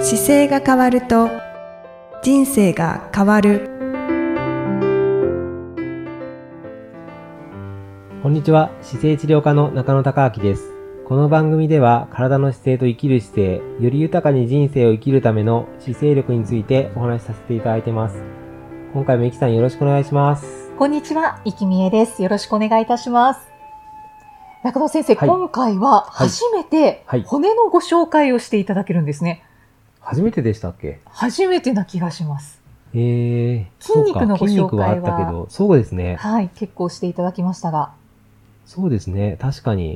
姿勢が変わると人生が変わるこんにちは、姿勢治療科の中野孝明です。この番組では、体の姿勢と生きる姿勢、より豊かに人生を生きるための姿勢力についてお話しさせていただいてます。今回もゆきさんよろしくお願いします。こんにちは、生きみえです。よろしくお願いいたします。中野先生、はい今回ははい初めてはい骨のご紹介をしていただけるんですね。初めてでしたっけ初めてな気がします。えー、筋肉そうかのご紹介は筋肉はあったけど、そうですね。はい、結構していただきましたが。そうですね、確かに。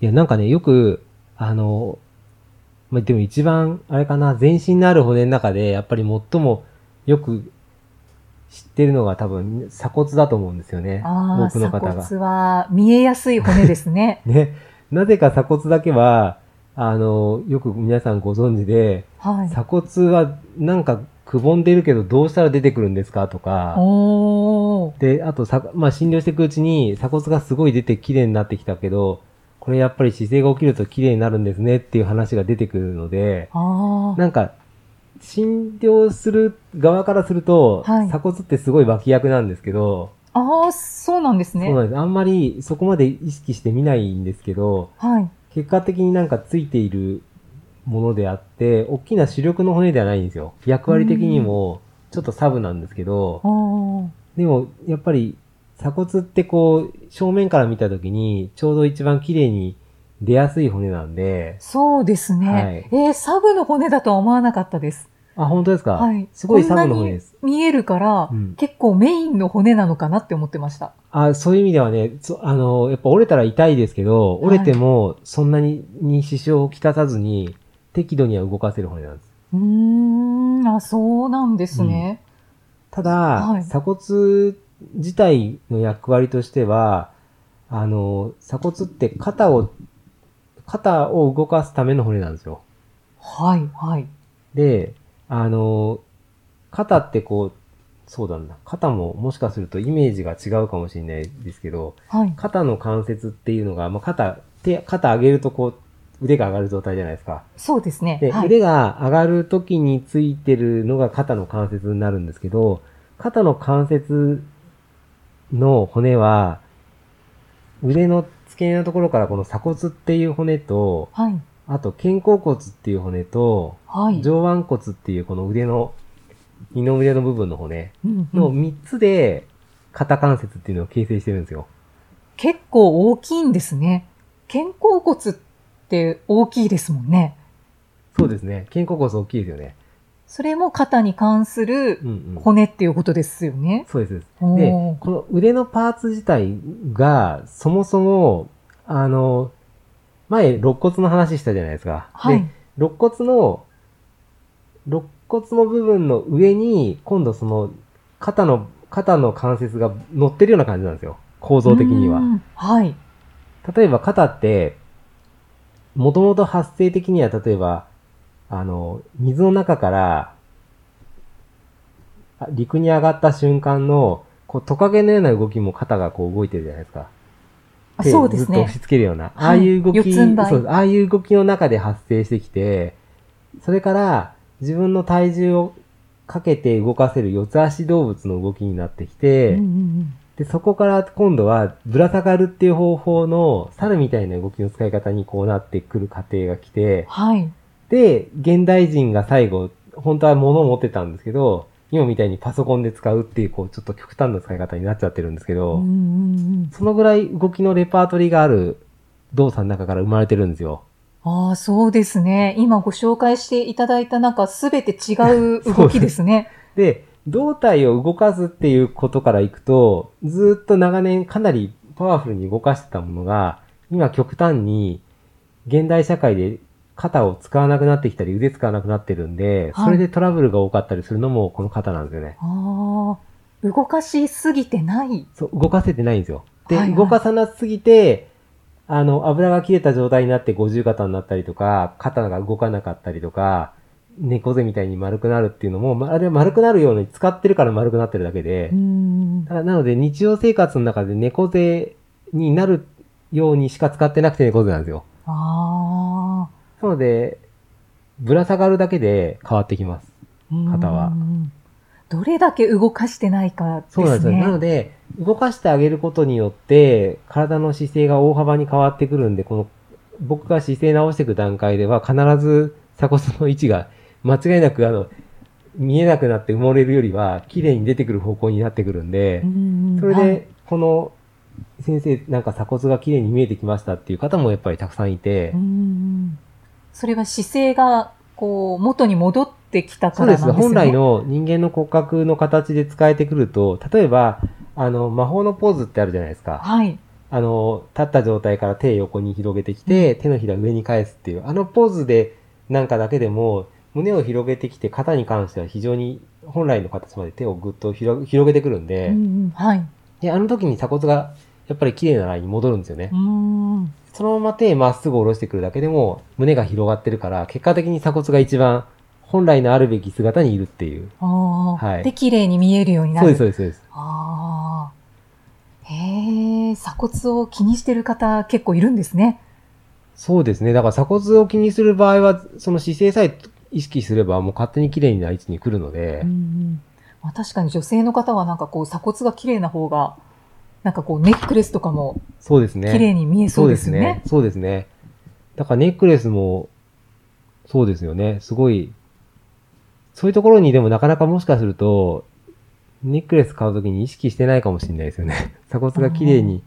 いや、なんかね、よく、あの、まあ、でも一番、あれかな、全身のある骨の中で、やっぱり最もよく知ってるのが多分、鎖骨だと思うんですよね。ああ、多くの鎖方が。。骨は見えやすい骨ですね ね、なぜか鎖骨だけは、あの、よく皆さんご存知で、はい。鎖骨はなんかくぼんでるけど、どうしたら出てくるんですかとか、おー。で、あとさ、まあ、診療していくうちに鎖骨がすごい出て綺麗になってきたけど、これやっぱり姿勢が起きると綺麗になるんですねっていう話が出てくるので、ああ。なんか、診療する側からすると、はい鎖骨ってすごい脇役なんですけど、ああ、そうなんですそうねな。んです。あんまりそこまで意識して見ないんですけど、はい。結果的になんかついているものであって、大きな主力の骨ではないんですよ。役割的にも、ちょっとサブなんですけど、おー。でも、やっぱり、鎖骨ってこう、正面から見たときに、ちょうど一番綺麗に出やすい骨なんで、そうですね。えーサブの骨だとは思わなかったです。あ、本当ですか、はい。すごいサブの骨です。こんなに見えるから、うん結構メインの骨なのかなって思ってました。あ、そういう意味ではね、そあの、やっぱ折れたら痛いですけど、折れても、そんなにに支障をきたさずに、適度には動かせる骨なんです。うーん、あ、そうなんですね。ただ、はい鎖骨自体の役割としては、あの、鎖骨って肩を、肩を動かすための骨なんですよ。はい、はい。で、あの、肩ってこう、そうだな。肩ももしかするとイメージが違うかもしれないですけど、はい。肩の関節っていうのが、まあ、肩、手、肩上げるとこう、腕が上がる状態じゃないですか。そうですね。で、はい、腕が上がる時についてるのが肩の関節になるんですけど、肩の関節の骨は、腕の付け根のところからこの鎖骨っていう骨と、はい、あと肩甲骨っていう骨と、はい。上腕骨っていうこの腕の、二の腕の部分の骨うんうんの3つで肩関節っていうのを形成してるんですよ。結構大きいんですね。肩甲骨って大きいですもんね。そうですね。肩甲骨大きいですよね。それも肩に関するうんうん。骨っていうことですよね。そうです。で、おーこの腕のパーツ自体が、そもそも、あの、前、肋骨の話したじゃないですか。はでい、。肋骨の、肋骨の部分の上に、今度その、肩の、肩の関節が乗ってるような感じなんですよ。構造的にはう。ん。はい。例えば肩って、もともと発生的には、例えば、あの、水の中から、あ陸に上がった瞬間の、こう、トカゲのような動きも肩がこう動いてるじゃないですか。あ手そうですずっとね押。し付けるような。あはあいいう動き、四つん這いそうああいう動きの中で発生してきて、それから自分の体重をかけて動かせる四つ足動物の動きになってきて、うんうんうんで、そこから今度はぶら下がるっていう方法の猿みたいな動きの使い方にこうなってくる過程が来て、はい。で、現代人が最後、本当は物を持ってたんですけど、今みたいにパソコンで使うっていう、こう、ちょっと極端な使い方になっちゃってるんですけうんど、うんうんそのぐらい動きのレパートリーがある動作の中から生まれてるんですよ。ああ、そうですね。今ご紹介していただいた中、すべて違う そう動きですね。で、胴体を動かすっていうことからいくと、ずーっと長年かなりパワフルに動かしてたものが、今極端に現代社会で肩を使わなくなってきたり腕使わなくなってるんで、はいそれでトラブルが多かったりするのもこの肩なんですよね。ああ、動かしすぎてない。そう、動かせてないんですよ。で、はいはい動かさなすぎて、あの、油が切れた状態になって五十肩になったりとか、肩が動かなかったりとか、猫背みたいに丸くなるっていうのも、まあれは丸くなるように使ってるから丸くなってるだけでうー、ん。だからなので日常生活の中で猫背になるようにしか使ってなくて猫背なんですよ。ああ、なので、ぶら下がるだけで変わってきます。方はうんどれだけ動かしてないかですそうね。なんですよ。なので、動かしてあげることによって、体の姿勢が大幅に変わってくるんで、この、僕が姿勢直していく段階では、必ず鎖骨の位置が、間違いなく、あの、見えなくなって埋もれるよりは、綺麗に出てくる方向になってくるんでう、んうんそれはでい、この、先生、なんか鎖骨が綺麗に見えてきましたっていう方もやっぱりたくさんいてうんう、んそれは姿勢が、こう、元に戻ってきたそかうらなでんですす。ね。本来の人間の骨格の形で使えてくると、例えば、あの、魔法のポーズってあるじゃないですか。はい。あの、立った状態から手横に広げてきて、手のひら上に返すっていう、あのポーズでなんかだけでも、胸を広げてきて、肩に関しては非常に本来の形まで手をぐっと広げ広げてくるんで、うんうんはい。で、あの時に鎖骨がやっぱり綺麗なラインに戻るんですよね。うんそのまま手まっすぐ下ろしてくるだけでも、胸が広がってるから、結果的に鎖骨が一番本来のあるべき姿にいるっていう。あーはいで、綺麗に見えるようになそうる。です、そうです、そうです。ああ。へえ、鎖骨を気にしてる方結構いるんですね。そうですね。だから鎖骨を気にする場合は、その姿勢さえ意識すれば、もう勝手に綺麗な位置に来るので、うんうんまあ、確かに女性の方はなんかこう鎖骨が綺麗な方が、なんかこうネックレスとかもそうですね。綺麗に見えそうですよね。そうですね。そうですね。だからネックレスも、そうですよね。すごい、そういうところにでもなかなかもしかすると、ネックレス買うときに意識してないかもしれないですよね。 鎖骨が綺麗に。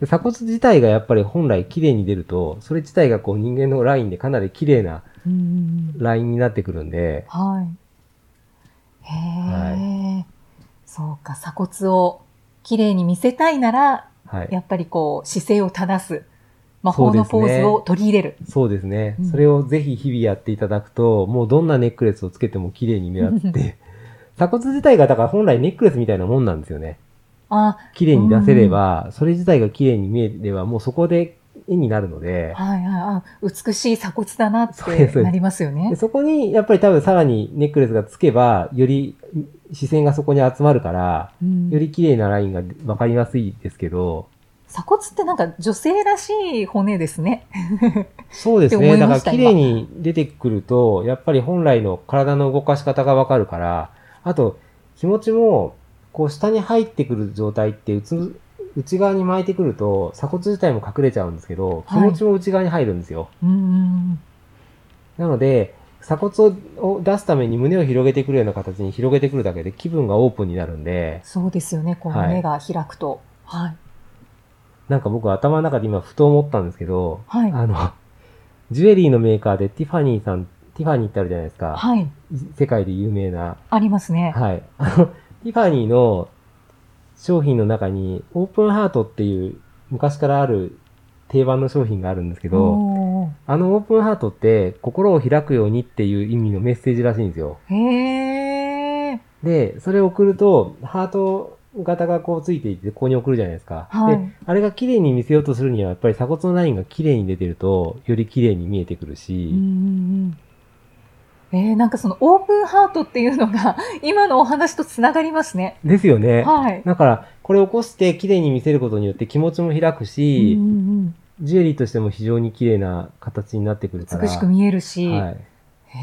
で鎖骨自体がやっぱり本来綺麗に出ると、それ自体がこう人間のラインでかなり綺麗なうんうんうんラインになってくるんで、はい。へえ、そうか、鎖骨を綺麗に見せたいなら、はい。やっぱりこう姿勢を正す。魔法のポーズを取り入れる。そうですね、うんそれをぜひ日々やっていただくと、もうどんなネックレスをつけても綺麗に目立 って、鎖骨自体がだから本来ネックレスみたいなもんなんですよね。あ綺麗に出せれば、それ自体が綺麗に見えれば、もうそこで絵になるので、はいはいあ、美しい鎖骨だなっそうでてすなりますよでね。そこにやっぱり多分さらにネックレスがつけば、より視線がそこに集まるから、うんより綺麗なラインがわかりやすいですけど、鎖骨ってなんか女性らしい骨ですね。そうですって思ね。いだかまらした綺麗に出てくると、やっぱり本来の体の動かし方がわかるから、あと気持ちも、こう下に入ってくる状態って、うつ内側に巻いてくると、鎖骨自体も隠れちゃうんですけど、気はい持ちも内側に入るんですよ。うんうんなので、鎖骨を出すために胸を広げてくるような形に広げてくるだけで気分がオープンになるんで、そうですよね。こうはい胸が開くと。はい。なんか僕頭の中で今ふと思ったんですけど、はい。あの、ジュエリーのメーカーでティファニーさん、ティファニーってあるじゃないですか。はい。世界で有名な。ありますね。はい。あの、ティファニーの商品の中に、オープンハートっていう昔からある定番の商品があるんですけど、おあのオープンハートって心を開くようにっていう意味のメッセージらしいんですよ。ーへえ。で、それを送ると、ハート型がこうついていて、ここに送るじゃないですか。はいで、あれが綺麗に見せようとするには、やっぱり鎖骨のラインが綺麗に出てると、より綺麗に見えてくるし、うんうんうん。えー、なんかそのオープンハートっていうのが 今のお話とつながりますね。ですよね。はい。だから、これを起こして綺麗に見せることによって気持ちも開くし、うんうんジュエリーとしても非常に綺麗な形になってくるかうんら。美しく見えるし。はい。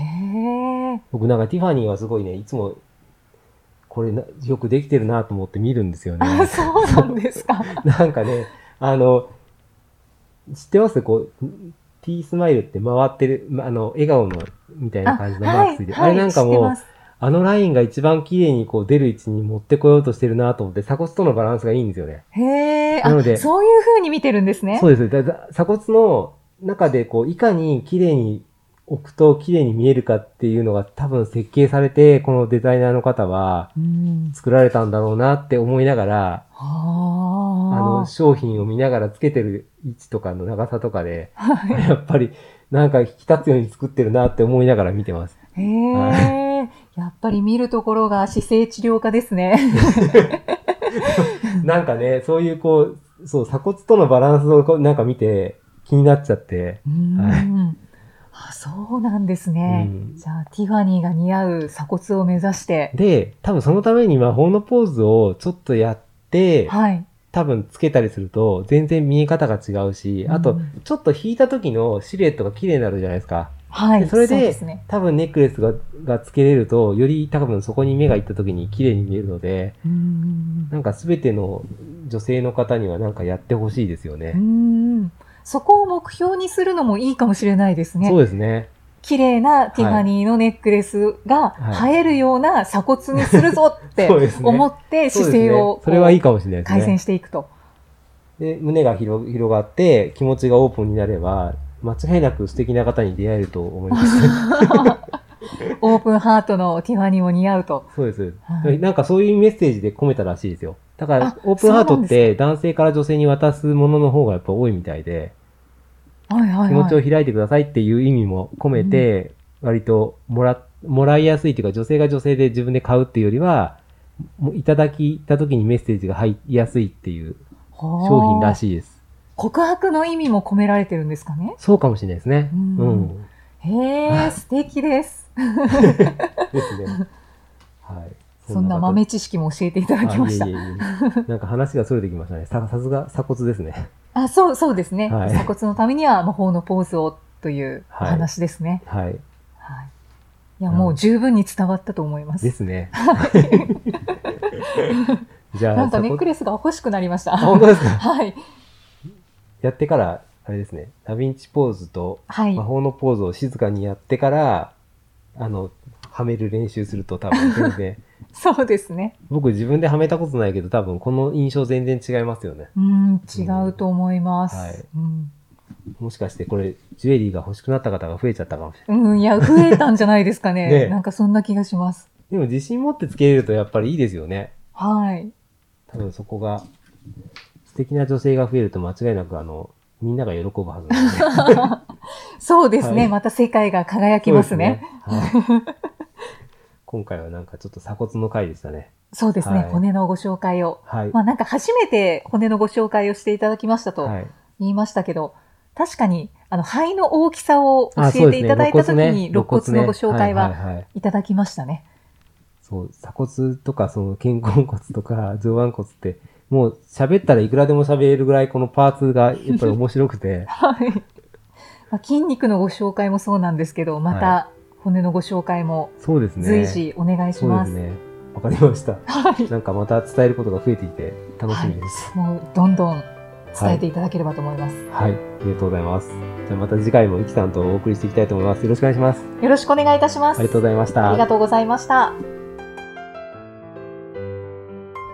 へえ。僕なんかティファニーはすごいね、いつも、これなよくできてるなと思って見るんですよね。あ、そうなんです か。なんかね、あの、知ってますこう、ティースマイルって回ってる、まあの、笑顔の、みたいな感じのマークついてる。あ,、れなんか知ってもまう、すあのラインが一番綺麗にこう出る位置に持ってこようとしてるなと思って、鎖骨とのバランスがいいんですよね。へえ。なのであ、そういう風に見てるんですね。そうです。だだ鎖骨の中で、こう、いかに綺麗に置くと綺麗に見えるかっていうのが多分設計されて、このデザイナーの方はうん。作られたんだろうなって思いながら、あはの、あ。商品を見ながらつけてる位置とかの長さとかで、はい やっぱりなんか引き立つように作ってるなって思いながら見て ます。へえ、やっぱり見るところが姿勢治療家ですね。なんかね、そういうこう、そう、鎖骨とのバランスをこうなんか見て気になっちゃって、うーんあそうなんですね。うんじゃあ、ティファニーが似合う鎖骨を目指して、で、多分そのために魔法のポーズをちょっとやって、はい。多分つけたりすると全然見え方が違うし、あうとんちょっと引いた時のシルエットが綺麗になるじゃないですか。はい。でそれでうですね。多分ネックレスががつけれると、より多分そこに目がいった時に綺麗に見えるので、うーん。なんか全ての女性の方にはなんかやってほしいですようーね。んそこを目標にするのもいいかもしれないですそうね。ですね。綺麗なティファニーのネックレスがはい映えるような鎖骨にするぞっ てそうですね思ってそうです姿ね勢をこうそれはいいかもしれないですね。改善していくと。で、胸が広広がって、気持ちがオープンになれば、間違いなく素敵な方に出会えると思い ます。オープンハートのティファニーも似合うと。そうです、そうですはいなんかそういうメッセージで込めたらしいですよ。だからあ、オープンハートそうなんっですて男性から女性に渡すものの方がやっぱ多いみたいで、はいはいはい。気持ちを開いてくださいっていう意味も込めて、割ともら、もらいやすいというか、女性が女性で自分で買うっていうよりは、もういただき、いた時にメッセージが入りやすいっていう商品らい。しいです。告白の意味も込められてるんですかね。そうかもしれないですね。ううんん。へえ、素敵です。ですね。はい。 そんな豆知識も教えていただきましたあい。えいえいえなんか話が逸れてきましたね。ささすが鎖骨ですね。あ、そう、そうですね。はい鎖骨のためには魔法のポーズをというおはい話ですね。はい。はい。いや、うんもう十分に伝わったと思います。ですね。 じゃあ、なんかネックレレスが欲しくなりました。あ、本当ですか。はい。やってから、あれですね。ダヴィンチポーズとはい魔。法のポーズを静かにやってから、あの、はめる練習すると多分全然、 そうですね。僕自分ではめたことないけど多分この印象全然違いますよね。うん、違うと思います。はいうんもしかしてこれ、ジュエリーが欲しくなった方が増えちゃったかもしれない。うん、いや、増えたんじゃないですかね。ねえなんかそんな気がします。でも自信持ってつけれるとやっぱりいいですよね。はい。多分そこが、素敵な女性が増えると間違いなくあの、みんなが喜ぶはずなん で。そうですね。はいまた世界が輝きますね。そうですね。はい今回はなんかちょっと鎖骨の回でしたね。そうですね。はい骨のご紹介を。はい。まあなんか初めて骨のご紹介をしていただきましたとはい。言いましたけど、確かに、あの、肺の大きさを教あえていただいたときに、肋骨のご紹そう介。ですね肋骨ねはいはいはいいただきましたね。、そう、鎖骨とか、その肩甲骨とか、 上腕骨って、もう喋ったらいくらでも喋れるぐらいこのパーツがやっぱり面白くて はい。まあ、筋肉のご紹介もそうなんですけど、また骨のご紹介もそうですね。随時お願いしそうでますす。ね。わかりました。はい。なんかまた伝えることが増えていて楽しみです。もうどんどん伝えていただければと思います。はい、ありがとうございます。じゃあまた次回もいきさんとお送りしていきたいと思います。よろしくお願いします。よろしくお願いいたします。ありがとうございましありたが。とうございました。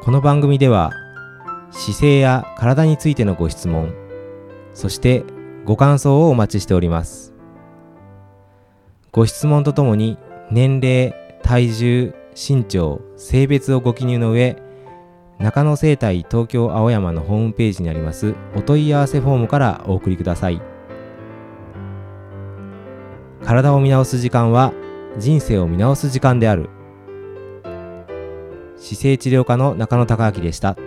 この番組では姿勢や体についてのご質問そしてご感想をお待ちしておりますご質問とともに年齢体重身長性別をご記入の上中野生態東京青山のホームページにありますお問い合わせフォームからお送りください体を見直す時間は人生を見直す時間である姿勢治療科の中野孝明でした。